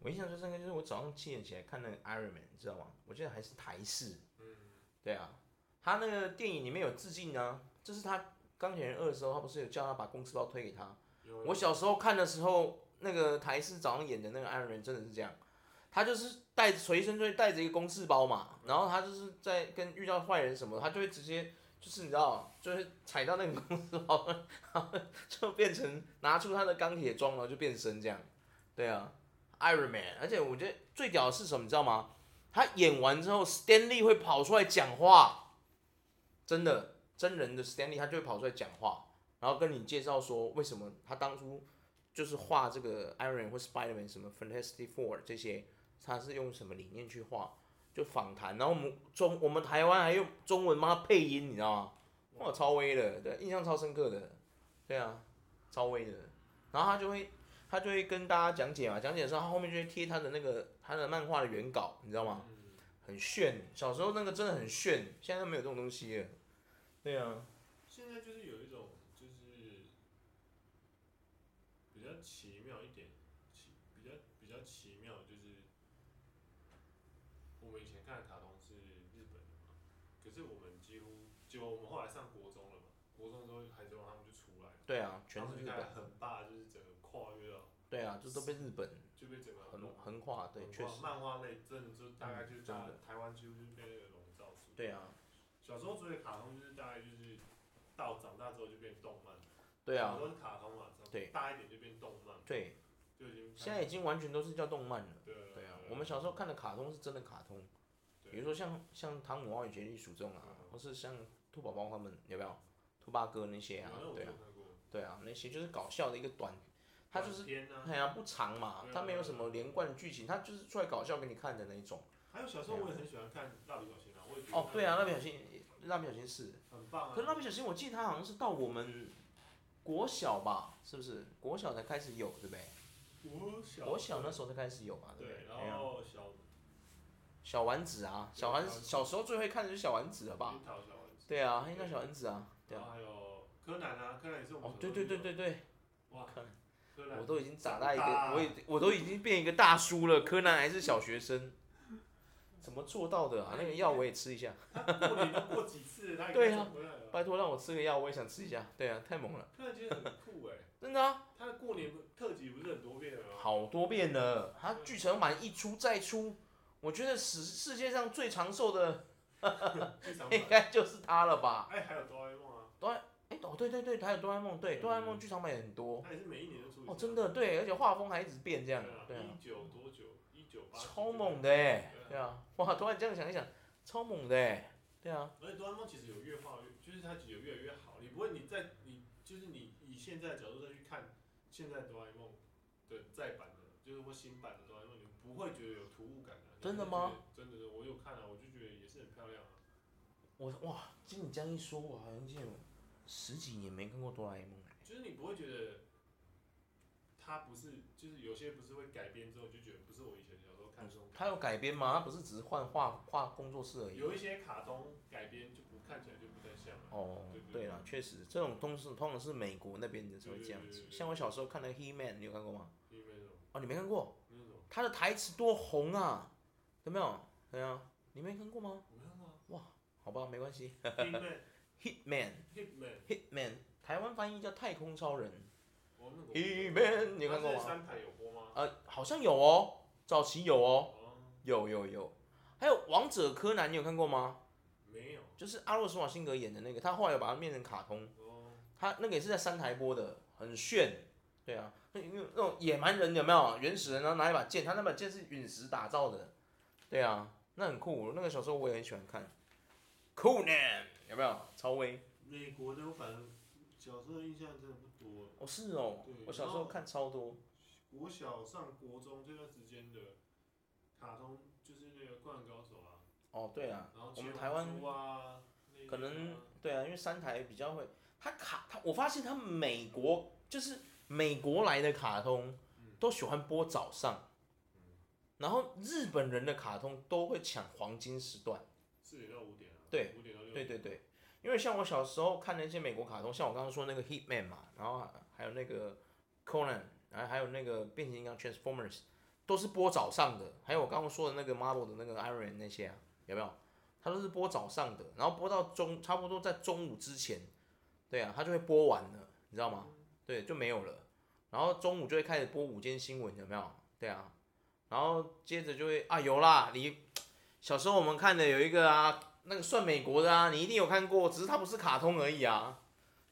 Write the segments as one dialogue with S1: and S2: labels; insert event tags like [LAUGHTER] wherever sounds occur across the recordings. S1: 我印象最深刻就是我早上七点起来看那个 Iron Man，你知道吗？我记得还是台式，嗯，对啊，他那个电影里面有致敬啊，这是他钢铁人二的时候，他不是有叫他把公司包推给他？
S2: 有
S1: 我小时候看的时候，那个台视早上演的那个 Iron Man 真的是这样，他就是带随身就会带着一个公事包嘛，然后他就是在跟遇到坏人什么，他就会直接就是你知道，就是踩到那个公事包， [LAUGHS] 然后就变成拿出他的钢铁装，然后就变身这样。对啊，Iron Man，而且我觉得最屌的是什么，你知道吗？他演完之后，Stanley 会跑出来讲话，真的，真人的 Stanley 他就会跑出来讲话，然后跟你介绍说为什么他当初就是画这个 Iron Man 或 Spiderman 什么 Fantastic Four 这些，他是用什么理念去画，就访谈，然后我们中我们台湾还用中文帮他配音，你知道吗？哇，超威的，对，印象超深刻的，对啊，超威的，然后他就会他就会跟大家讲解嘛，讲解的时候他后面就会贴他的那个他的漫画的原稿，你知道吗？很炫，小时候那个真的很炫，现在都没有这种东西了。对啊，
S2: 现在就是有一种就是比较奇妙一点，奇比较比较奇妙就是我们以前看的卡通是日本的嘛，可是我们几乎就我们后来上国中了嘛，国中之后海贼王他们就出来了，
S1: 对啊，全
S2: 然后
S1: 是日
S2: 就看
S1: 本。
S2: 很大就是整个跨越了，
S1: 对啊，这都被日本
S2: 就被整个
S1: 横横跨，对，
S2: 文
S1: 确
S2: 化
S1: 实。
S2: 漫画类真的就大概
S1: 嗯
S2: 就是
S1: 真
S2: 大、
S1: 的
S2: 台湾几乎就是被那个笼罩住。
S1: 对啊，
S2: 小时候追的卡通就是大概就是到长大之后就变动漫，
S1: 对啊
S2: 小时，候是卡通嘛，长
S1: 对
S2: 大一点就变动漫，
S1: 对，
S2: 就已经
S1: 现在已经完全都是叫动漫了。
S2: 对
S1: 对啊，我们小时候看的卡通是真的卡通，
S2: 对
S1: 比如说像像汤姆猫与杰利鼠这种啊
S2: 嗯，
S1: 或是像兔宝宝他们有没有？兔八哥那些啊，对啊，对啊，那些就是搞笑的一个短，它就是
S2: 天啊，
S1: 哎呀不长嘛，它没有什么连贯剧情，它就是出来搞笑给你看的那一种。
S2: 还有小时候我也很喜欢看蜡笔小新啊，我也觉得
S1: 啊哦，对啊，蜡笔小新，蜡笔小新是，
S2: 很棒啊，
S1: 可是蜡笔小新我记得它好像是到我们国小吧，是不是？国小才开始有，对不对？
S2: 我小
S1: 国小那时候才开始有嘛，对不
S2: 对，
S1: 哎呀
S2: 然后小
S1: 小丸子啊，小丸子小时候最会看的就是小丸子了吧？
S2: 樱桃小丸子，
S1: 对啊，黑道小丸子啊，对
S2: 然
S1: 啊。
S2: 后还有柯南啊，柯南也是我们
S1: 哦，对
S2: 小时候
S1: 对
S2: 就
S1: 对
S2: 有，
S1: 对对，
S2: 哇，柯南
S1: 我都已经长大一个，
S2: 长大
S1: 我已我都已经变一个大叔了，柯南还是小学生，
S2: 嗯
S1: 怎么做到的啊？那个药我也吃一下，
S2: 过年都过几次，他也
S1: 对啊
S2: 转回来了
S1: 拜托让我吃个药，我也想吃一下。对啊，太猛了，
S2: 柯南其实很酷哎、
S1: 真的啊，
S2: 他的过年特辑不是很多遍了吗？
S1: 好多遍了，他剧场版一出再出，我觉得世世界上最长寿的
S2: 剧场版
S1: 应，该就是他了吧？
S2: 哎，还有哆啦 A 梦啊，
S1: 哎，哦对对对，还有哆啦 A 梦，对，哆啦 A
S2: 嗯
S1: 梦剧场版也很多，
S2: 他也是每一年都出一次啊。
S1: 哦真的对，而且画风还一直变这
S2: 对
S1: 样
S2: 啊，，
S1: 对啊。
S2: 一九多久？一九八。
S1: 超猛的哎、
S2: 对啊
S1: 对啊，哇，突然这样想一想，超猛的哎、对啊，
S2: 而且哆啦 A 梦其实有越画越，就是它有越来越好。你不会，你在你就是你以现在的角度再去看现在哆啦 A 梦的再版的，就是或新版的哆啦 A 梦，你不会觉得有突兀感的、啊。你
S1: 真的
S2: 会
S1: 吗
S2: 觉得？真的，我有看啊，我就觉得也是很漂亮啊。
S1: 我哇，经你这样一说，我好像已经有十几年没看过哆啦 A 梦了。
S2: 就是你不会觉得它不是，就是有些不是会改编之后你就觉得不是我以前小时候看的这种
S1: 嗯
S2: 感觉。
S1: 它有改编吗？它不是只是换画画工作室而已。
S2: 有一些卡通改编就不看起来就不太像了。
S1: 哦
S2: 对对，
S1: 对了，确实，这种通是通常是美国那边的才会这样
S2: 对对
S1: 子
S2: 对。对
S1: 像我小时候看那个 He Man，你有看过吗？
S2: 因为那种
S1: 哦，你没看过？
S2: 那种
S1: 他的台词多红啊，有没有？对啊，你没看过吗？
S2: 我没看过啊
S1: 好吧，没关系。
S2: ，Hitman
S1: Hitman，Hitman，
S2: Hitman，
S1: 台湾翻译叫太空超人。
S2: 我那个我
S1: Hitman，你有看过
S2: 它
S1: 吗
S2: 是？三台有播吗？
S1: 呃，好像有哦，早期有哦，
S2: 哦，
S1: 有有有，还有《王者柯南》，你有看过吗？
S2: 没有
S1: 就是阿诺·施瓦辛格演的那个，他后来有把它变成卡通，
S2: 哦，
S1: 他那个也是在三台播的，很炫。对啊，那那那种野蛮人有没有？原始人然后拿一把剑，他那把剑是陨石打造的。对啊，那很酷，那个小时候我也很喜欢看。酷呢，有没有？超威。
S2: 美国的我反正小时候印象真的不多，
S1: 哦，是哦
S2: 对，
S1: 我小时候看超多。
S2: 国小上国中这段时间的卡通就是那个《灌篮高手》啊，
S1: 哦，对啊，
S2: 然后
S1: 我们
S2: 七龙珠
S1: 台湾
S2: 啊，那个
S1: 可能
S2: 啊
S1: 对啊，因为三台比较会，他卡他，我发现他美国就是美国来的卡通
S2: 嗯
S1: 都喜欢播早上，然后日本人的卡通都会抢黄金时段。
S2: 四点到五点啊，
S1: 对，
S2: 五点到六
S1: 对
S2: 点，
S1: 对对，因为像我小时候看那些美国卡通，像我刚刚说那个 Hitman 嘛，然后还有那个 Conan，然后还有那个变形金刚 Transformers，都是播早上的，还有我刚刚说的那个 Marvel 的那个 Iron Man 那些啊，有没有？它都是播早上的，然后播到中差不多在中午之前，对啊，它就会播完了，你知道吗？对，就没有了。然后中午就会开始播午间新闻，有没有？对啊，然后接着就会啊有啦，你小时候我们看的有一个啊，那个算美国的啊，你一定有看过，只是它不是卡通而已啊，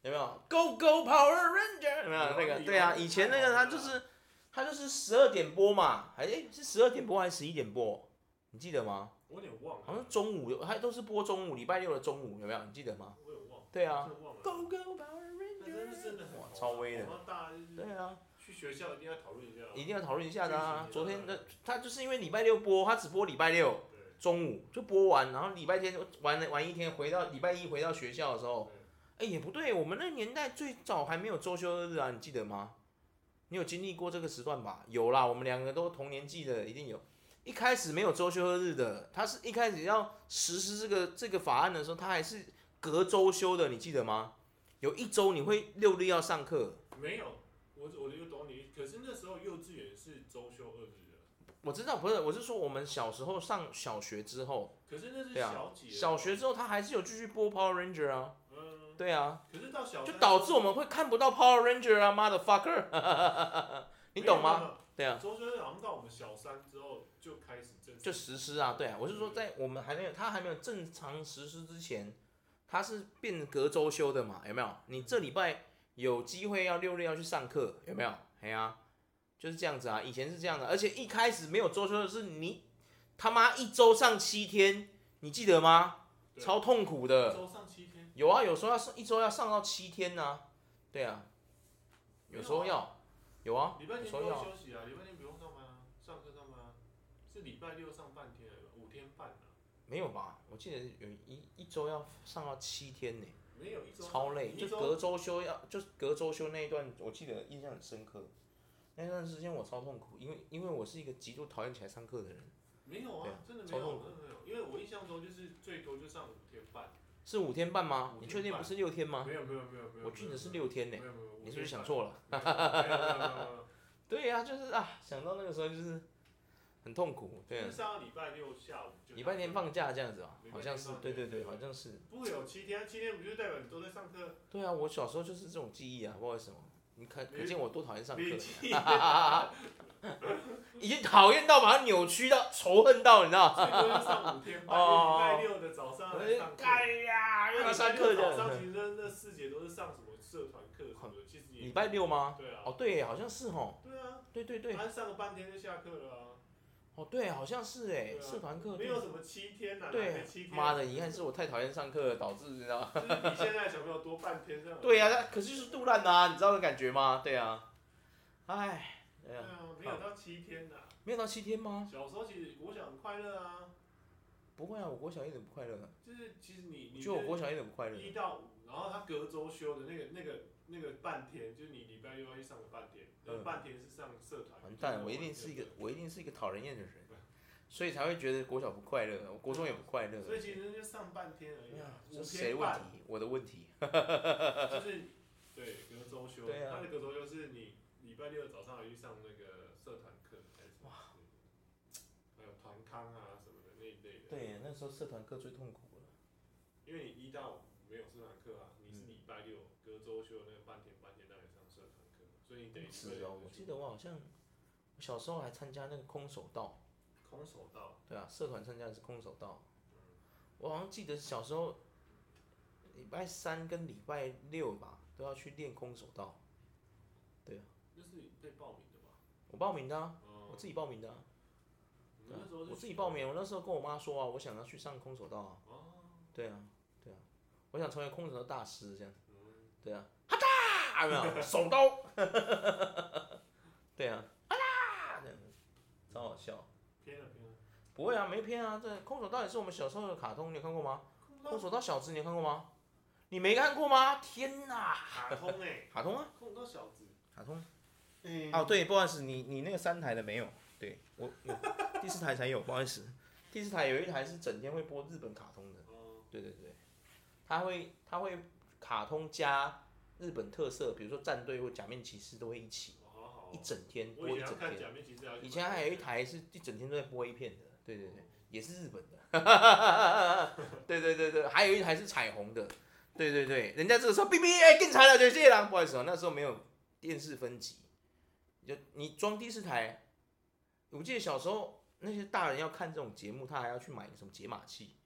S1: 有没有？Go Go Power Ranger 有没有
S2: 有啊
S1: 那个？
S2: 有
S1: 对啊，
S2: 有
S1: 以前那个它就是它就是十二点播嘛，哎是十二点播还是十一点播？你记得吗？
S2: 我有点忘
S1: 好像
S2: 了
S1: 是，中午有，它都是播中午，礼拜六的中午有没有？你记得吗？
S2: 我有点忘了，
S1: 对啊
S2: 真的忘了，
S1: ，Go Go Power
S2: 但是
S1: Ranger，
S2: 真的很
S1: 哇
S2: 红啊
S1: 超威的
S2: 红到大家就是
S1: 对啊。
S2: 去学校一定要讨论一下啊，
S1: 一定要讨论一下的啊！
S2: 具体
S1: 昨
S2: 的
S1: 天的他就是因为礼拜六播，他只播礼拜六
S2: 对
S1: 中午就播完，然后礼拜天玩了玩一天，回到礼拜一回到学校的时候，哎、也不对，我们那个年代最早还没有周休二日啊，你记得吗？你有经历过这个时段吧？有啦，我们两个都同年纪的，一定有。一开始没有周休二日的，他是一开始要实施这个这个法案的时候，他还是隔周休的，你记得吗？有一周你会六日要上课，
S2: 对没有，我我就懂你，可是那时候幼稚园是周休二日的，
S1: 我知道不是，我是说我们小时候上小学之后，
S2: 可是那是
S1: 对啊
S2: 小几，
S1: 小学之后，他还是有继续播 Power Ranger 啊，
S2: 嗯，
S1: 对啊，
S2: 可是到小
S1: 就
S2: 三
S1: 导致我们会看不到 Power Ranger 啊，motherfucker，你 [LAUGHS] 懂？
S2: 没有没有没
S1: 吗？
S2: 有
S1: 对啊，
S2: 周深好像到我们小三之后就开始正式
S1: 就实施啊，对啊，我是说在我们还没有他还没有正常实施之前，他是变隔周休的嘛，有没有？你这礼拜有机会要六日要去上课，有没有？哎呀、就是这样子啊，以前是这样的，而且一开始没有周休的是你他妈一周上七天，你记得吗？
S2: 对
S1: 超痛苦的。
S2: 周上七天，
S1: 有啊，有时候要上一周要上到七天呐、对啊，有时候要，有啊，
S2: 礼拜
S1: 有时
S2: 天不
S1: 候
S2: 用
S1: 要，
S2: 休息啊，礼拜天不用上班啊，上课上班啊，是礼拜六上半天，五天半啊，
S1: 没有吧？我记得有一一周要上到七天呢、
S2: 没有一周
S1: 超累，
S2: 你
S1: 就
S2: 一周
S1: 隔周休要，就是隔周休那一段，我记得印象很深刻。那段时间我超痛苦，因为因为我是一个极度讨厌起来上课的人，
S2: 没有
S1: 对啊，
S2: 啊真的没
S1: 超
S2: 有，
S1: 痛
S2: 真的没有，因为我印象中就是最多就上五天半，
S1: 是五天半吗？
S2: 五天半
S1: 你确定不是六天吗？
S2: 没有没有没有没有，
S1: 我记得是
S2: 没有
S1: 六天呢、
S2: 没有没有，
S1: 你是不是想错了？
S2: 没有？没有没有没有没有没有
S1: 对呀、就是啊，想到那个时候就是很痛苦，对、
S2: 就
S1: 啊
S2: 是，上到礼拜六下午就
S1: 礼拜天放假这样子吧
S2: 礼拜，天
S1: 好像是
S2: 放，假
S1: 对对
S2: 对
S1: 对，好像是。
S2: 不会有七天，七天不就代表你都在上课？
S1: 对啊，我小时候就是这种记忆啊，不知道为什么。你可可见我多讨厌上课，
S2: 你记
S1: 已经讨厌到把它扭曲到仇恨到，你知道吗？
S2: 最多就上五天班，礼拜六的早上来上课。
S1: 哦哎呀，又要上课
S2: 早上
S1: 的。
S2: 其实那那四节都是上什么社团课什么的，其实也
S1: 礼拜六吗？
S2: 对啊，
S1: 哦，对，好像是哦。
S2: 对啊，
S1: 对对对，
S2: 他上个半天就下课了啊，
S1: 哦对，好像是哎
S2: 对，啊
S1: 社团课。
S2: 没有什么七天呐，哪
S1: 对啊
S2: 来七，天，啊
S1: 妈的，遗憾是我太讨厌上课了，导致你知道吗。
S2: 就是比现在的小朋友多半天这样。
S1: 对啊呀、那可是就是杜烂的啊，你知道的感觉吗？对啊。哎，对
S2: 对
S1: 啊，
S2: 啊，没有到七天呐。
S1: 没有到七天吗？
S2: 小时候其实国小很快乐啊，
S1: 不会啊，我国小一点不快乐，
S2: 就是其实你
S1: 我
S2: 你
S1: 觉得我国小一点不快乐。
S2: 一到五，然后他隔周休的那个那个那个半天，就是你礼拜六要去上个半天，那个半天是上社团。
S1: 嗯完蛋，我一定是一个，我一定是一个讨人厌的人，所以才会觉得国小不快乐，我国中也不快乐。
S2: 所以其实就上半天而已、
S1: 呃
S2: 啊，
S1: 哎这是
S2: 五
S1: 谁的
S2: 天
S1: 问
S2: 半
S1: 题？我的问题。
S2: 就是对隔周休，
S1: 对啊
S2: 他的隔周休是你礼拜六早上有去上那个社团课还是什么之类的，还有团康啊什么的那一类的。，
S1: 对，那时候社团课最痛苦了。
S2: 因为你一到五没有社团课啊，你是礼拜六隔周休那个半天半天让你上社团课，所以你等于
S1: 是哦，我记得我好像我小时候还参加那个空手道，
S2: 空手道，
S1: 对啊，社团参加的是空手道。我好像记得小时候礼拜三跟礼拜六吧都要去练空手道，
S2: 那是你被报名的吧？
S1: 我报名的、啊，
S2: 哦
S1: 我自己报名的、啊，
S2: 你
S1: 对啊
S2: 那时候是
S1: 我自己报名，我那时候跟我妈说啊，我想要去上空手道啊。
S2: 哦，
S1: 对啊，对啊，我想成为空手道大师这样。
S2: 嗯，
S1: 对啊，哈嚓，有 [LAUGHS] 没有？手刀。对啊，哈嚓，这样子，超好笑。
S2: 偏了偏了。
S1: 不会啊，没偏啊，这空手道也是我们小时候的卡通，你有看过吗？空
S2: 空手
S1: 手道小子，你有看过吗？你没看过吗？天哪！
S2: 卡通哎、
S1: 卡通啊，
S2: 空手道小子，
S1: 卡通。
S2: 嗯
S1: 哦，对，不好意思，你你那个三台的没有，对我我第四台才有，不好意思。第四台有一台是整天会播日本卡通的。
S2: 哦，
S1: 对对对，他会他会卡通加日本特色，比如说战队或假面骑士都会一起。
S2: 哦好好好哦
S1: 一整天播
S2: 我以
S1: 一
S2: 前要
S1: 整
S2: 看
S1: 天。
S2: 假面骑士要去啊
S1: 以前
S2: 买
S1: 还有一
S2: 那个
S1: 台是一整天都在播 A 片的，对对对，也是日本的， [LAUGHS] 对对对对，还有一台是彩虹的，对对对，人家这个时候哔哔哎进财了，就谢郎，不好意思哦，那时候没有电视分级，就你装第四台，我记得小时候那些大人要看这种节目，他还要去买什么解码器，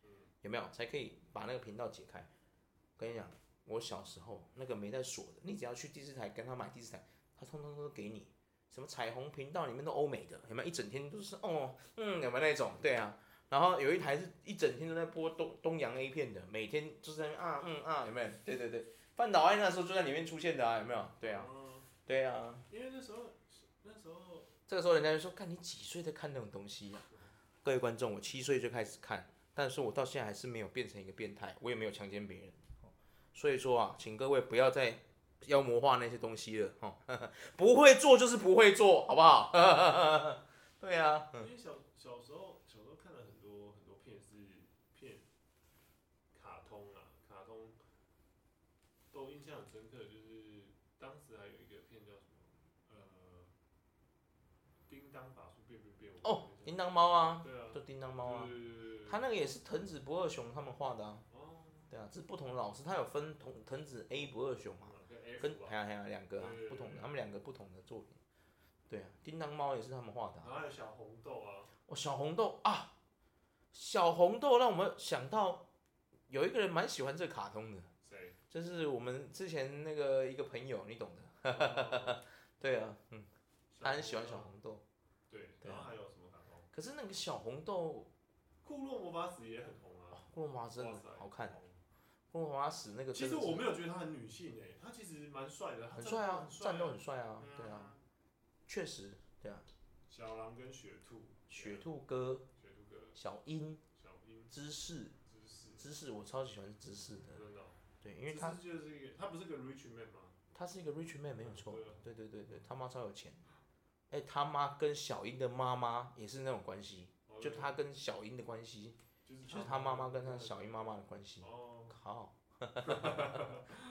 S1: 有没有才可以把那个频道解开？我跟你讲，我小时候那个没带锁的，你只要去第四台跟他买第四台，他通通都给你。什么彩虹频道里面都欧美的，有没有一整天都是哦，嗯，有没有那种？对啊，然后有一台是一整天都在播东东洋 A 片的，每天就是在那边啊嗯啊，有没有？对对对，范岛爱那时候就在里面出现的啊，有没有？对啊，
S2: 嗯
S1: 对啊，
S2: 因为那时候那时候
S1: 这个时候人家就说，看你几岁在看那种东西啊？各位观众，我七岁就开始看，但是我到现在还是没有变成一个变态，我也没有强奸别人，哦所以说啊，请各位不要再妖魔化那些东西了，哦，不会做就是不会做，好不好？ [LAUGHS] 对啊。 [LAUGHS]
S2: 因为小小时候小时候看了很多很多片是片，卡通啊，卡通都印象很深刻，就是当时还有一个片叫什么呃，叮当法术变变变
S1: 哦，叮当猫啊，
S2: 对啊，
S1: 就叮当猫啊，
S2: 对对对对
S1: 他那个也是藤子不二雄他们画的啊，
S2: 哦，
S1: 对啊，这是不同的老师，他有分藤藤子 A 不二雄啊，
S2: 跟 F
S1: 跟
S2: 啊
S1: 还有还有两个啊
S2: 对对对
S1: 不同的，他们两个不同的作品，对啊，叮当猫也是他们画的
S2: 然
S1: 啊、
S2: 后还有小红豆啊，
S1: 哦，小红豆啊，小红豆让我们想到有一个人蛮喜欢这个卡通的， [LAUGHS]
S2: 谁？
S1: 就是我们之前那个一个朋友，你懂的，
S2: 哦
S1: 对啊，嗯，他很喜欢。
S2: 豆
S1: 小红豆，
S2: 对，
S1: 对
S2: 然
S1: 啊
S2: 后还有什么卡通？
S1: 可是那个小红豆，哦
S2: 库洛魔法使也很红啊，
S1: 库洛魔法真
S2: 哇
S1: 的
S2: 塞
S1: 好看，
S2: 红
S1: 库洛魔法使那个
S2: 其
S1: 真
S2: 实
S1: 的
S2: 我
S1: 是
S2: 没有觉得他很女性诶、他其实蛮帅的，他
S1: 很帅啊，
S2: 战
S1: 战
S2: 斗
S1: 斗
S2: 很
S1: 很帅啊
S2: 帅，嗯
S1: 对啊。。确实，对啊，
S2: 小狼跟雪兔，啊
S1: 雪兔哥、
S2: 雪兔哥，
S1: 小樱、
S2: 小樱
S1: 芝士、
S2: 芝士，
S1: 芝士，我超喜欢芝士的，
S2: 真的哦，
S1: 对，因为
S2: 芝
S1: 他
S2: 士就是一个，他不是个 rich man 吗？
S1: 他是一个 rich man 没有错
S2: 对啊，
S1: 对对对对，他妈超有钱，哎、他妈跟小樱的妈妈也是那种关系，
S2: 哦
S1: 就他跟小樱的关系，
S2: 就是
S1: 就是他妈妈跟他小樱妈妈的关系，
S2: 哦，
S1: [LAUGHS] 靠，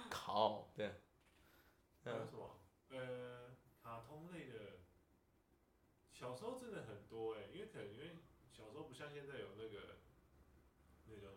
S1: 靠，对啊，
S2: 还有
S1: 嗯，
S2: 什么？呃，卡通类的，小时候真的很多哎、因为可能因为小时候不像现在有那个那种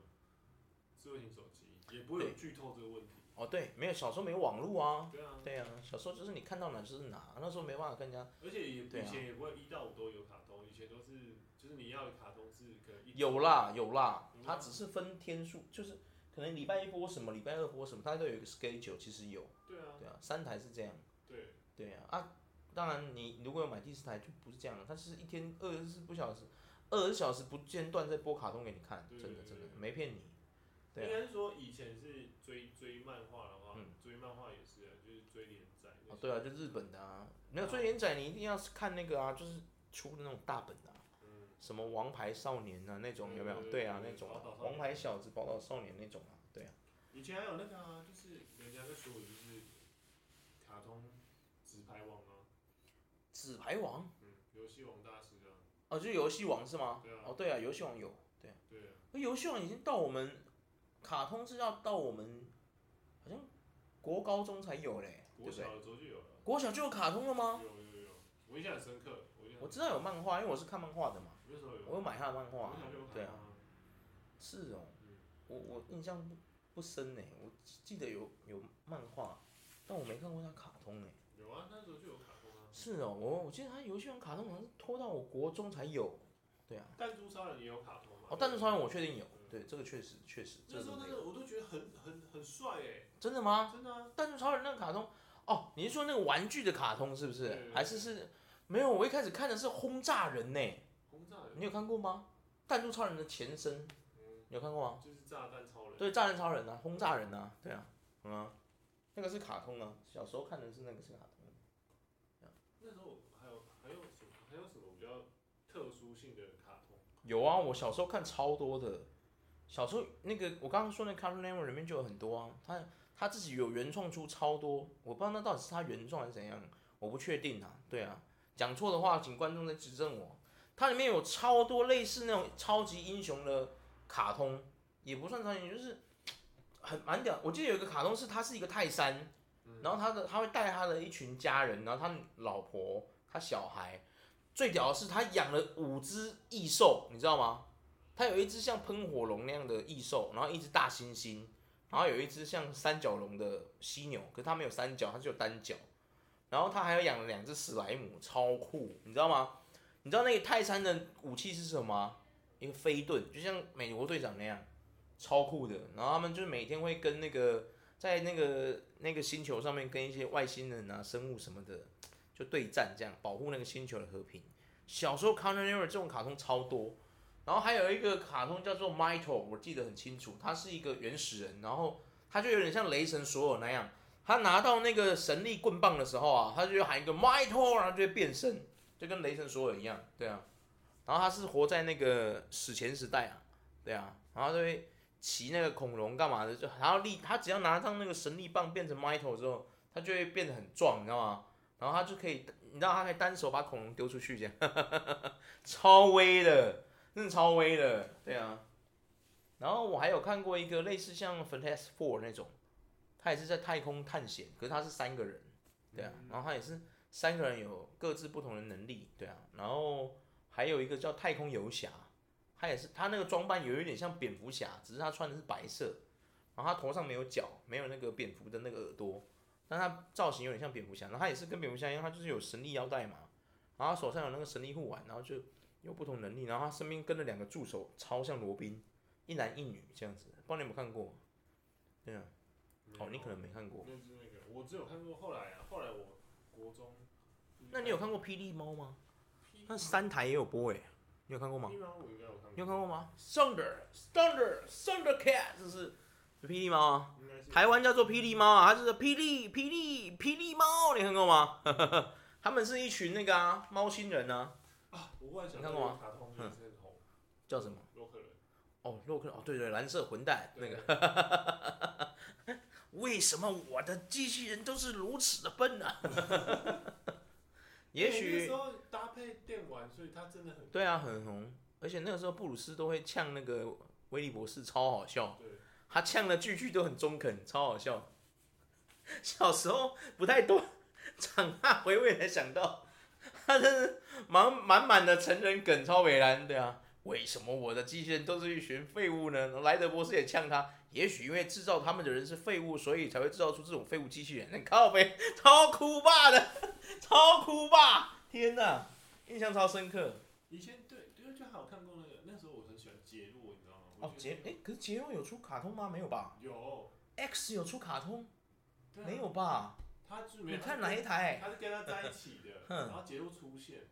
S2: 智慧型手机，也不会有
S1: 对
S2: 剧透这个问题。
S1: 哦对，没有小时候没有网络啊，
S2: 对啊，
S1: 对啊，小时候就是你看到哪就是哪，那时候没办法跟人家
S2: 而且也
S1: 对啊
S2: 以前也不会一到五都有卡通，以前都是就是你要的卡通是可能一嗯
S1: 有啦有啦
S2: 有，
S1: 它
S2: 吗
S1: 只是分天数，就是可能礼拜一播什么，礼拜二播什么，它都有一个 schedule，其实有，
S2: 对啊
S1: 对啊，三台是这样，
S2: 对，
S1: 对啊啊，当然你如果有买第四台就不是这样了，它是一天二十四不小时，二十小时不间断在播卡通给你看，
S2: 对
S1: 真的
S2: 对
S1: 真的
S2: 对
S1: 没骗你，
S2: 应
S1: 对啊，
S2: 该是说以前是追追漫画的话，
S1: 嗯
S2: 追漫画也是啊，就是追连载那些。
S1: 哦对啊，就日本的啊，没
S2: 哦
S1: 有追连载你一定要是看那个啊，就是出的那种大本啊，
S2: 嗯，
S1: 什么王牌少年啊那种有没有
S2: 对？对
S1: 对啊
S2: 对
S1: 那种啊
S2: 嗯宝岛少，年
S1: 王牌小子、宝岛少年那种啊，对啊。
S2: 以前还有那个啊，就是人家在说我就是卡通纸牌王啊，
S1: 纸牌王
S2: 嗯，游戏王大师啊，
S1: 哦，就是游戏王是吗？
S2: 对啊
S1: 哦，对啊，游戏王有，对啊，
S2: 对啊，
S1: 那游戏王已经到我们卡通是要到我们好像国高中才有嘞，对
S2: 国
S1: 不对？
S2: 小的时候就有了，
S1: 国小就有卡通了吗？
S2: 有有有，我印象很深刻，我印象
S1: 我
S2: 很
S1: 知道有漫画，因为我是看漫画的嘛，
S2: 那时候有，
S1: 我有买他的漫画
S2: 我小就有，
S1: 对
S2: 看
S1: 啊，
S2: 啊，
S1: 是哦
S2: 嗯，
S1: 我我印象不不深呢，我记得有有漫画，但我没看过他卡通呢。
S2: 有啊，那时候就有卡通啊。
S1: 是哦，我我记得他游戏王卡通好像是拖到我国中才有，对啊，
S2: 弹珠超人也有卡通嘛？
S1: 哦，但是超人我确定有，对，这个确实确实，这
S2: 那
S1: 个
S2: 时候
S1: 真
S2: 那
S1: 的
S2: 个
S1: 有
S2: 我都觉得很很很帅哎、
S1: 真的吗？
S2: 真的啊，
S1: 弹珠超人那个卡通，哦，你是说那个玩具的卡通是不
S2: 对对
S1: 是？
S2: 对
S1: 还是是没有？我一开始看的是轰炸人呢，
S2: 轰炸人
S1: 你有看过吗？弹珠超人的前身，
S2: 嗯
S1: 你有看过吗？
S2: 就是炸弹超人，
S1: 对，炸弹超人啊，轰炸人啊，对啊，嗯啊那个是卡通啊，小时候看的是那个是卡通。
S2: 那时候还有还有什么还有什么比较特殊性的卡通？
S1: 有啊，我小时候看超多的，小时候那个我刚刚说那 Cartoon Network 里面就有很多啊，他他自己有原创出超多，我不知道那到底是他原创还是怎样，我不确定啊。对啊，讲错的话，请观众再指正我。它里面有超多类似那种超级英雄的卡通，也不算超级英雄，就是很蛮屌。我记得有一个卡通是它是一个泰山，
S2: 嗯
S1: 然后他的他会带他的一群家人，然后他老婆、他小孩。最屌的是他养了五只异兽，你知道吗？他有一只像喷火龙那样的异兽，然后一只大猩猩，然后有一只像三角龙的犀牛，可是它没有三角，它只有单角。然后他还有养了两只史莱姆，超酷，你知道吗？你知道那个泰山的武器是什么吗？一个飞盾，就像美国队长那样，超酷的。然后他们就是每天会跟那个在那个那个星球上面跟一些外星人啊、生物什么的就对战，这样保护那个星球的和平。小时候 c o n o r Error 这种卡通超多，然后还有一个卡通叫做 Mito，我记得很清楚，他是一个原始人，然后他就有点像雷神索尔那样，他拿到那个神力棍棒的时候啊，他就喊一个 Mito，然后就会变身，就跟雷神索尔一样，对啊。然后他是活在那个史前时代啊，对啊，然后就会骑那个恐龙干嘛的，就然后力他只要拿上那个神力棒变成 Mito 之后，他就会变得很壮，你知道吗？然后他就可以，你知道他可以单手把恐龙丢出去，这样， [LAUGHS] 超威的，真的超威的，对啊。然后我还有看过一个类似像 Fantastic Four 那种，他也是在太空探险，可是他是三个人，对啊，然后他也是三个人有各自不同的能力，对啊，然后还有一个叫太空游侠，他也是他那个装扮有一点像蝙蝠侠，只是他穿的是白色，然后他头上没有角，没有那个蝙蝠的那个耳朵，但他造型有点像蝙蝠侠，然后他也是跟蝙蝠侠一样，他就是有神力腰带嘛，然后他手上有那个神力护腕，然后就有不同能力，然后他身边跟了两个助手，超像罗宾，一男一女这样子，不知道你有没有看过？对啊，哦，你可能没看过。
S2: 那是那个，我只有看过后来啊，后来我国中。
S1: 那你有看过《霹雳猫》吗？那三台也有播诶、你有看过吗？
S2: 地方我应该有看过。
S1: 你有看过吗？Thunder Thunder Thundercat，这是霹雳猫啊。
S2: 应该是
S1: 台湾叫做霹雳猫啊，它就是霹雳霹雳霹雳猫，你看过吗？ [LAUGHS] 他们是一群那个啊猫星人啊，
S2: 啊，我忽然想
S1: 你看
S2: 到
S1: 过
S2: 有
S1: 吗
S2: 个卡通也是很红，
S1: 叫什么？
S2: 洛克人。
S1: 哦，洛克哦，对对，蓝色混蛋那个。
S2: 个。
S1: 为什么我的机器人都是如此的笨呢、啊？ [LAUGHS] [LAUGHS] 也
S2: 因为那
S1: 许
S2: 时候搭配电玩，所以它真的很
S1: 对啊，很红，而且那个时候布鲁斯都会呛那个威利博士，超好笑。
S2: 对。
S1: 他呛的句句都很中肯，超好笑。小时候不太多，长大回味才想到，他真是满满满的成人梗，超北蓝，对啊。为什么我的机器人都是一群废物呢？莱德博士也呛他，也许因为制造他们的人是废物，所以才会制造出这种废物机器人。那靠北，超酷霸的，超酷霸！天哪，印象超深刻。
S2: 以前对对，就还有看过那个，那时候我很喜欢杰洛，你知道吗？我
S1: 哦
S2: 觉，得
S1: 杰，哎、可是杰洛有出卡通吗？没有吧
S2: 有，
S1: ？X 有出卡通？
S2: 对啊
S1: 没有，吧？
S2: 他是没
S1: 你
S2: 有。
S1: 看哪一台？
S2: 他是跟他在一起的，
S1: [LAUGHS] 哼
S2: 然后杰洛出现，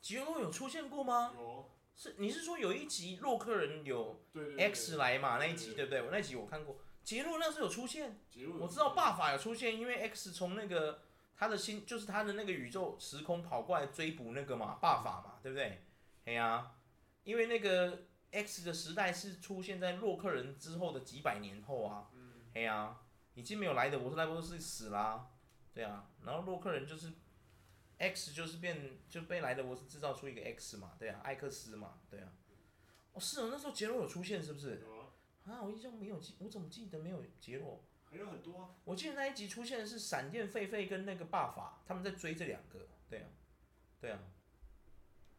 S1: 杰洛有出现过吗？
S2: 有，
S1: 是你是说有一集洛克人有
S2: 对对对
S1: X 来嘛那一集对
S2: 对
S1: 不对？我那集我看过，杰洛那时候有出现，
S2: 杰洛有
S1: 我知道
S2: 出现
S1: 爸法有出现，因为 X 从那个他的星就是他的那个宇宙时空跑过来追捕那个嘛爸法嘛，对不对？哎呀、因为那个 X 的时代是出现在洛克人之后的几百年后啊，
S2: 嗯，
S1: 哎呀、已经没有莱德博士，莱德博士死啦、对啊，然后洛克人就是 X 就是变就被莱德博士制造出一个 X 嘛，对啊，艾克斯嘛，对啊，哦是哦，那时候杰洛有出现是不是？
S2: 有啊，
S1: 啊，我印象没有记，我怎么记得没有杰洛？
S2: 还有很多啊，
S1: 我记得那一集出现的是闪电狒狒跟那个爸法，他们在追这两个，对啊，对啊，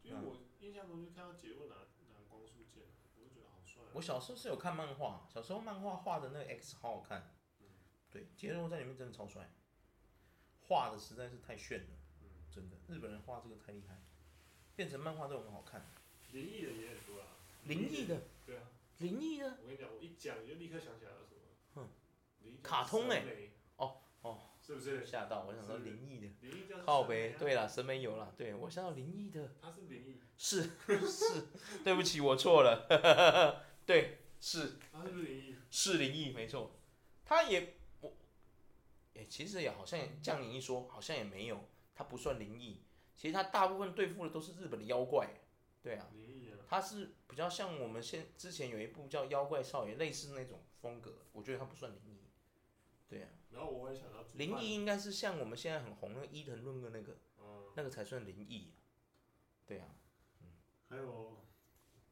S2: 因为我印象中就看到杰洛拿拿光束剑，我就觉得好帅啊。
S1: 我小时候是有看漫画，小时候漫画画的那个 X 好好看，对，杰洛在里面真的超帅，画的实在是太炫了，
S2: 嗯
S1: 真的，日本人画这个太厉害，变成漫画都很好看，
S2: 灵异人也很多啊，
S1: 灵异的，
S2: 对啊，
S1: 灵异的，
S2: 我跟你讲，我一讲你就立刻想起来了什么
S1: 哼，
S2: 灵异叫
S1: 卡通欸
S2: 神眉
S1: 哦哦，
S2: 是不是？
S1: 吓到我想说灵异的，
S2: 灵异叫
S1: 靠
S2: 呗
S1: 呗，，对啦，审美有啦，对我想到灵异的，
S2: 它是灵异，
S1: 是 [LAUGHS] 是，对不起，我错了， [LAUGHS] 对，是
S2: 它是不是灵异？
S1: 是灵异，没错。他也我，哎、其实也好像这样你一说，好像也没有，他不算灵异。其实他大部分对付的都是日本的妖怪，对啊，
S2: 灵异啊，
S1: 他是比较像我们现之前有一部叫《妖怪少爷》，类似那种风格，我觉得他不算灵异。对啊，
S2: 然后我会想到煮饭
S1: 灵异，应该是像我们现在很红的伊藤润的那个，
S2: 嗯，
S1: 那个才算灵异、啊对啊，
S2: 还有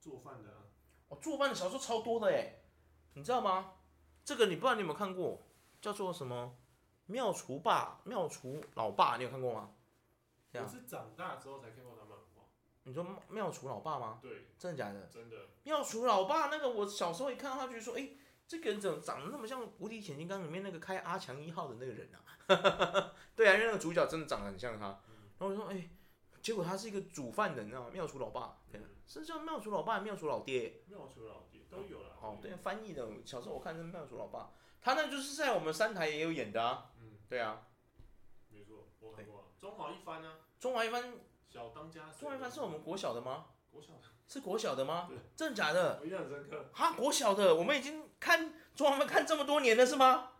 S2: 做饭的啊，
S1: 哦我、做饭的小说超多的哎，你知道吗？这个你不知道你有没有看过？叫做什么妙厨爸、妙厨老爸，你有看过吗？这
S2: 我
S1: 样
S2: 是长大之后才看过他漫画，
S1: 你说妙厨老爸吗？
S2: 对，
S1: 真的假的？
S2: 真的，
S1: 妙厨老爸那个，我小时候一看到他，觉得说，哎、这个人怎么长得那么像《无敌铁金刚》里面那个开阿强一号的那个人啊？对啊，因为 [LAUGHS] 那个主角真的长得很像他。
S2: 嗯，
S1: 然后我就说，哎、结果他是一个煮饭人，你知道吗？妙厨老爸，对啊是叫妙厨老爸，妙厨老爹。
S2: 妙厨老爹都有啦。
S1: 哦，对，翻译的，小时候我看是妙厨老爸，他那就是在我们三台也有演的啊。
S2: 嗯，
S1: 对啊，
S2: 没错，我看过啊，中华一番啊，
S1: 中华一番，
S2: 小当家，
S1: 中华一番是我们国小的吗？
S2: 国小的，
S1: 是国小的吗
S2: 对？
S1: 真的假的？
S2: 我印象很深刻，
S1: 哈，国小的，我们已经看中华一番看这么多年了是吗？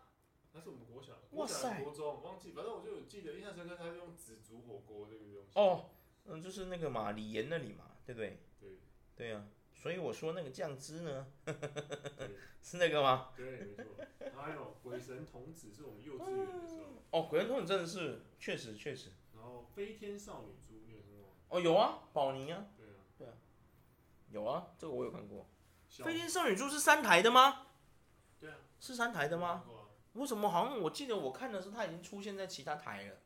S2: 那是我们国小，
S1: 哇
S2: 国
S1: 塞
S2: 小还是国中忘记，反正我就有记得印象深刻，他是用紫竹火锅这个东西，，
S1: 哦，嗯，就是那个嘛，李岩那里嘛，对不对？
S2: 对
S1: 对啊，所以我说那个酱汁呢，
S2: 对
S1: 是那个吗？
S2: 对，没错，然后还有鬼神童子是我们幼稚园的时候，
S1: 哦，鬼神童子真的是，确实确实。
S2: 然后飞天少女猪你有听过吗？
S1: 哦，有啊，宝妮啊，
S2: 对啊，
S1: 有啊，这个我有看过。
S2: 小
S1: 飞天少女猪是三台的吗？
S2: 对啊，
S1: 是三台的吗？
S2: 看过啊？
S1: 为什么好像我记得我看的时候，它已经出现在其他台了。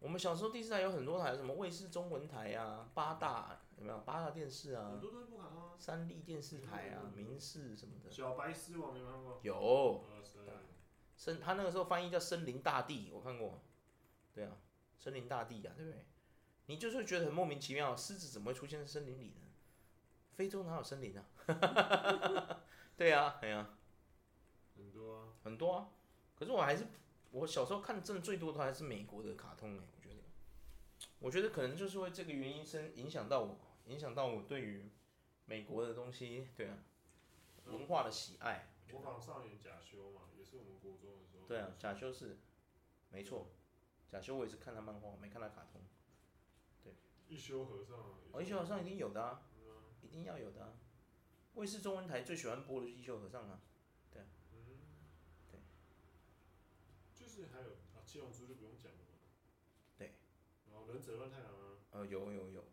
S1: 我们小时候第四台有很多台，什么卫视中文台啊、八大有没有八大电视
S2: 很
S1: 啊、
S2: 多都不看啊，
S1: 三立电视台啊
S2: 嗯、
S1: 民视什么的。
S2: 小白狮王你有没有看过？
S1: 有
S2: 哇塞，
S1: 森，他那个时候翻译叫《森林大地》，我看过。对啊，《森林大地》啊，对不对？你就是觉得很莫名其妙，狮子怎么会出现在森林里呢？非洲哪有森林啊？ [LAUGHS] 对啊，哎呀、
S2: 很多啊，
S1: 很多啊。可是我还是我小时候看真的最多的还是美国的卡通哎、我觉得，我觉得可能就是会这个原因生影响到我，影响到我对于美国的东西，对啊，文化的喜爱，
S2: 模仿少年假修嘛，也是我们国中的时候。
S1: 对啊，假修是，没错，假修我也是看他漫画，我没看他卡通，
S2: 一休和尚啊。
S1: 哦，一休和尚一定有的啊，一定要有的啊，卫视中文台最喜欢播的就是一休和尚啊，
S2: 就是还有啊，七龙珠就不用讲了嘛。
S1: 对。
S2: 然后忍者乱太郎啊，
S1: 呃，有有有，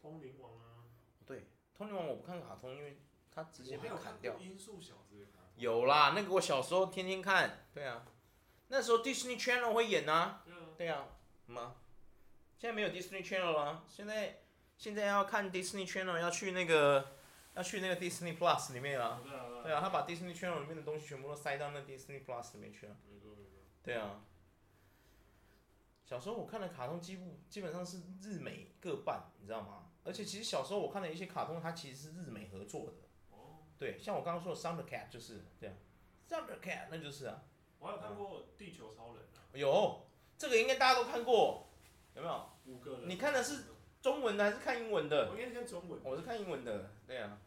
S2: 通灵王啊，
S1: 对，通灵王我不看卡通，因为他直接
S2: 我
S1: 被
S2: 还有
S1: 砍
S2: 看
S1: 掉
S2: 过。音速小子的卡通。
S1: 有啦，那个我小时候天天看。对啊，那时候 Disney Channel 会演啊。
S2: 对啊，
S1: 对啊，吗？现在没有 Disney Channel 了、现在现在要看 Disney Channel 要去那个要去那个 Disney Plus 里面啊。
S2: 对啊，对啊，
S1: 对啊，他把 Disney Channel 里面的东西全部都塞到那 Disney Plus 里面去了。
S2: 没错没错。
S1: 对啊，小时候我看的卡通几乎基本上是日美各半，你知道吗？而且其实小时候我看的一些卡通，它其实是日美合作的。
S2: 哦，
S1: 对，像我刚刚说的 Thundercat 就是这样，Thundercat 那就是啊，
S2: 我还有看过地球超人啊，
S1: 有这个应该大家都看过，有没有？
S2: 五个人。
S1: 你看的是？中文的还是看英文的？
S2: 我应该看中文。
S1: 我是看英文的，对啊。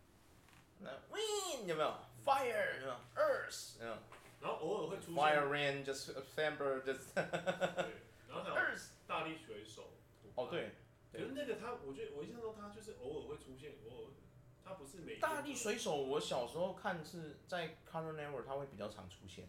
S1: 那 Wind 有没有？Fire 有没有？Earth 有没有
S2: 然后偶尔会出现。
S1: ？Fire rain just September just
S2: 对。然后还有
S1: Earth
S2: 大力水手。
S1: 哦对，
S2: 可是那个他，我觉得我印象中他就是偶尔会出现，偶尔他不是每天
S1: 大
S2: 都
S1: 力水手我小时候看是在 Color Network 它会比较常出现，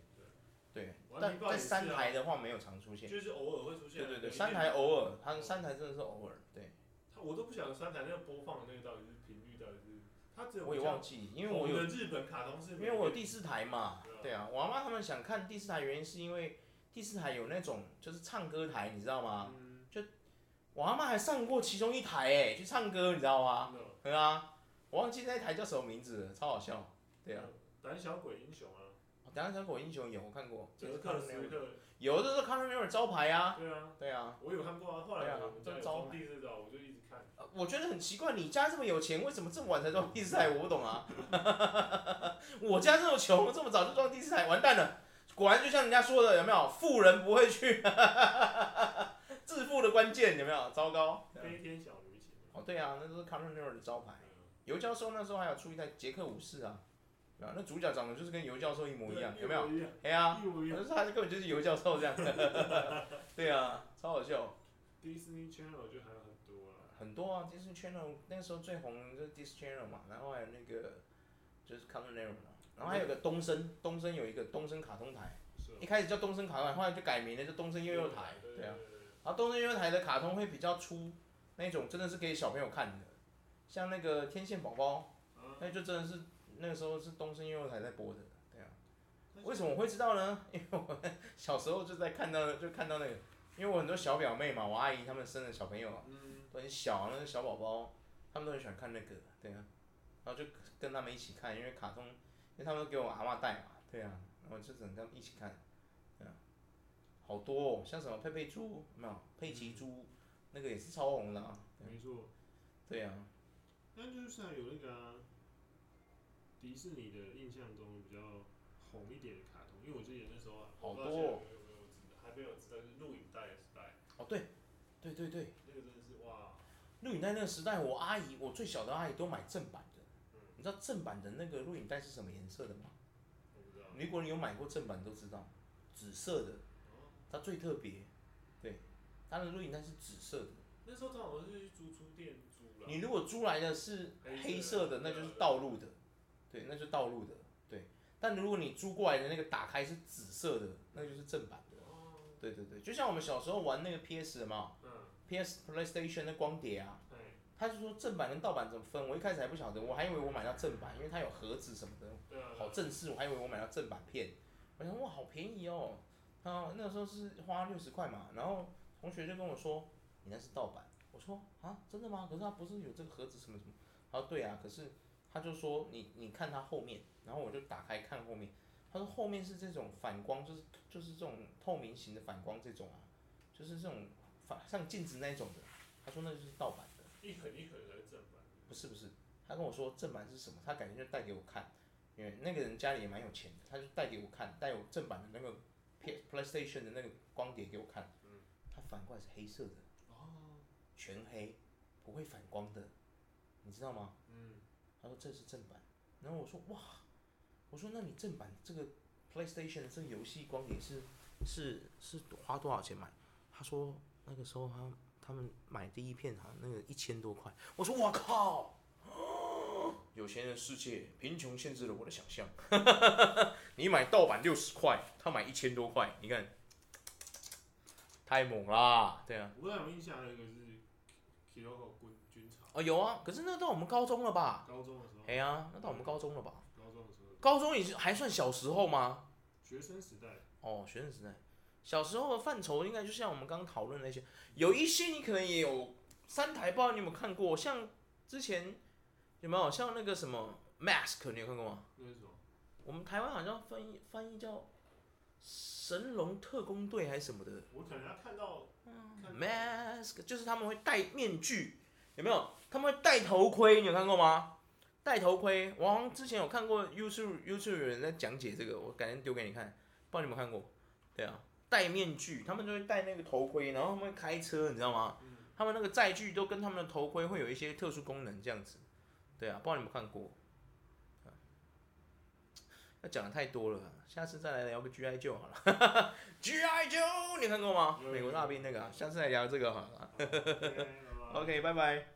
S1: 对，
S2: 顽
S1: 但
S2: 皮豹
S1: 在
S2: 也是
S1: 三
S2: 啊
S1: 台的话没有常出现，
S2: 就是偶尔会出现。
S1: 对对对，
S2: 每天
S1: 三台偶尔，它三台真的是偶尔，对，
S2: 他我都不晓得三台那个播放的那个到底是频率到底是，他只有
S1: 我也
S2: 比较
S1: 忘记，因为我有
S2: 的日本卡通是
S1: 因
S2: 每
S1: 为我有
S2: 天
S1: 第四台嘛，对
S2: 对
S1: 啊，我妈他们想看第四台，原因是因为第四台有那种就是唱歌台，你知道吗？
S2: 嗯，
S1: 我阿妈还上过其中一台哎、去唱歌，你知道吗？
S2: 真的
S1: 对啊，我忘记那一台叫什么名字了，超好笑。对啊，，
S2: 嗯胆小鬼英雄啊，
S1: 哦等一下小狗英雄有我看过，
S2: 德克斯克，
S1: 有的是 c o n r a d 招牌啊，
S2: 对啊，
S1: 对啊，
S2: 我有看过啊，后
S1: 对啊
S2: 来我们家
S1: 这
S2: 有
S1: 招
S2: 装
S1: 牌
S2: 第四招，我就一直看，
S1: 呃我觉得很奇怪，你家这么有钱，为什么这么晚才装第四台？我不懂啊。 [LAUGHS] 我家这么穷，这么早就装第四台，完蛋了。果然就像人家说的，有没有？富人不会去，致富的关键有没有？糟糕。
S2: 飞天小女警啊，嗯
S1: 哦，对啊，那都是 c o n r a d 的招牌。尤教授那时候还有出一台捷克武士啊，对啊，那主角长得就是跟尤教授一模一样，有没有？
S2: 有？一模一样
S1: 哎呀、
S2: 一模一
S1: 可
S2: 样
S1: 是他根本就是尤教授这样。 [LAUGHS] 对啊，超好笑。
S2: ，Disney Channel 就还有很多啊，
S1: 很多啊，Disney Channel 那时候最红的就是 Disney Channel 嘛，然后还有那个就是 Cartoon Network 嘛，然后还有个东森，东森有一个东森卡通台，
S2: 是
S1: 一
S2: 啊，
S1: 开始叫东森卡通台，后来就改名了，叫东森幼幼台，
S2: 对
S1: 对啊，，
S2: 对对
S1: 然后东森幼幼台的卡通会比较出那种真的是给小朋友看的，像那个天线宝宝，
S2: 啊，
S1: 那就真的是那个时候是东森幼幼台在播的，对啊，为什么我会知道呢？因为我 [LAUGHS] 小时候就在看到，就看到那个，因为我很多小表妹嘛，我阿姨她们生的小朋友啊
S2: 嗯，
S1: 都很小啊，那个小宝宝，他们都很喜欢看那个，对啊，然后就跟他们一起看，因为卡通，因为他们都给我阿嬷带嘛，对啊，然后就只能跟他们一起看，对啊，好多哦，像什么佩佩猪，有没有佩奇猪，那个也是超红的、啊，
S2: 没错，
S1: 对啊，
S2: 那就是啊有那个啊迪士尼的印象中比较红一点的卡通，因为我记得那时候啊，
S1: 好
S2: 我不知道
S1: 多
S2: 现在
S1: 哦
S2: 有没有有没有知道，还没有知道就是录影带的时代，
S1: 哦对，对对对，
S2: 那个真的是哇，
S1: 录影带那个时代，我阿姨，我最小的阿姨都买正版的
S2: 嗯。
S1: 你知道正版的那个录影带是什么颜色的吗？
S2: 我不知道，
S1: 如果你有买过正版，都知道，紫色的，
S2: 哦，
S1: 它最特别。对，它的录影带是紫色的。
S2: 那时候通常都是去租书店租了，
S1: 你如果租来的是黑色的，
S2: 啊黑色的
S1: 那就是道路的，对，那就是道路的，对。但如果你租过来的那个打开是紫色的，那就是正版的。
S2: 哦，
S1: 对对对，就像我们小时候玩那个 PS 嘛
S2: 嗯，
S1: ，PS PlayStation 的光碟啊，
S2: 哎，
S1: 他就说正版跟盗版怎么分，我一开始还不晓得，我还以为我买到正版，因为它有盒子什么的，
S2: 对啊，
S1: 好正式，我还以为我买到正版片，我想哇好便宜哦，啊那个时候是花六十块嘛，然后同学就跟我说你那是盗版，我说啊真的吗？可是它不是有这个盒子什么什么？他说对啊，可是他就说你你看它后面，然后我就打开看后面，他说后面是这种反光，就是就是这种透明型的反光这种啊，就是这种反像镜子那一种的，他说那就是盗版的。
S2: 一横一横才是正版，
S1: 不是不是，他跟我说正版是什么，他感觉就带给我看，因为那个人家里也蛮有钱的，他就带给我看，带我正版的那个 P PlayStation 的那个光碟给我看，
S2: 嗯
S1: 他反过来是黑色的，
S2: 哦，
S1: 全黑，不会反光的，你知道吗？
S2: 嗯，
S1: 他说这是正版，然后我说哇，我说那你正版这个 PlayStation 这个游戏光碟是是是花多少钱买？他说那个时候他他们买第一片好像那个一千多块，我说我靠，有钱人世界，贫穷限制了我的想象。 [LAUGHS] 你买盗版六十块，他买一千多块，你看太猛啦，对啊，
S2: 我不太有印象，有一个是 Kiroko 军军草，
S1: 哦有啊，可是那到我们高中了吧？
S2: 高中的时候，
S1: 哎呀，那到我们高中了吧？
S2: 高中的时候，
S1: 高中已经还算小时候吗？
S2: 学生时代，
S1: 哦，学生时代，小时候的范畴应该就像我们刚刚讨论的那些，有一些你可能也有三台，不知道你有没有看过，像之前有没有像那个什么 Mask，你有看过吗？
S2: 那是什么？
S1: 我们台湾好像翻译翻译叫神龙特工队还是什么的
S2: 我可能要看到，看到，
S1: Mask，就是他们会戴面具，有没有？他们会戴头盔，你有看过吗？戴头盔，我好像之前有看过 YouTube YouTube 有人在讲解这个，我改天丢给你看，不知道你有没有看过？对啊，戴面具，他们就会戴那个头盔，然后他们会开车，你知道吗？
S2: 嗯
S1: 他们那个载具都跟他们的头盔会有一些特殊功能，这样子。对啊，不知道你有没有看过？啊要讲的太多了，啊下次再来聊个 GI 九好了。GI [LAUGHS] 九，你看过吗？
S2: 有有
S1: 美国大兵那个啊，下次来聊这个好了。
S2: 好，OK，
S1: OK，拜
S2: 拜拜
S1: 拜。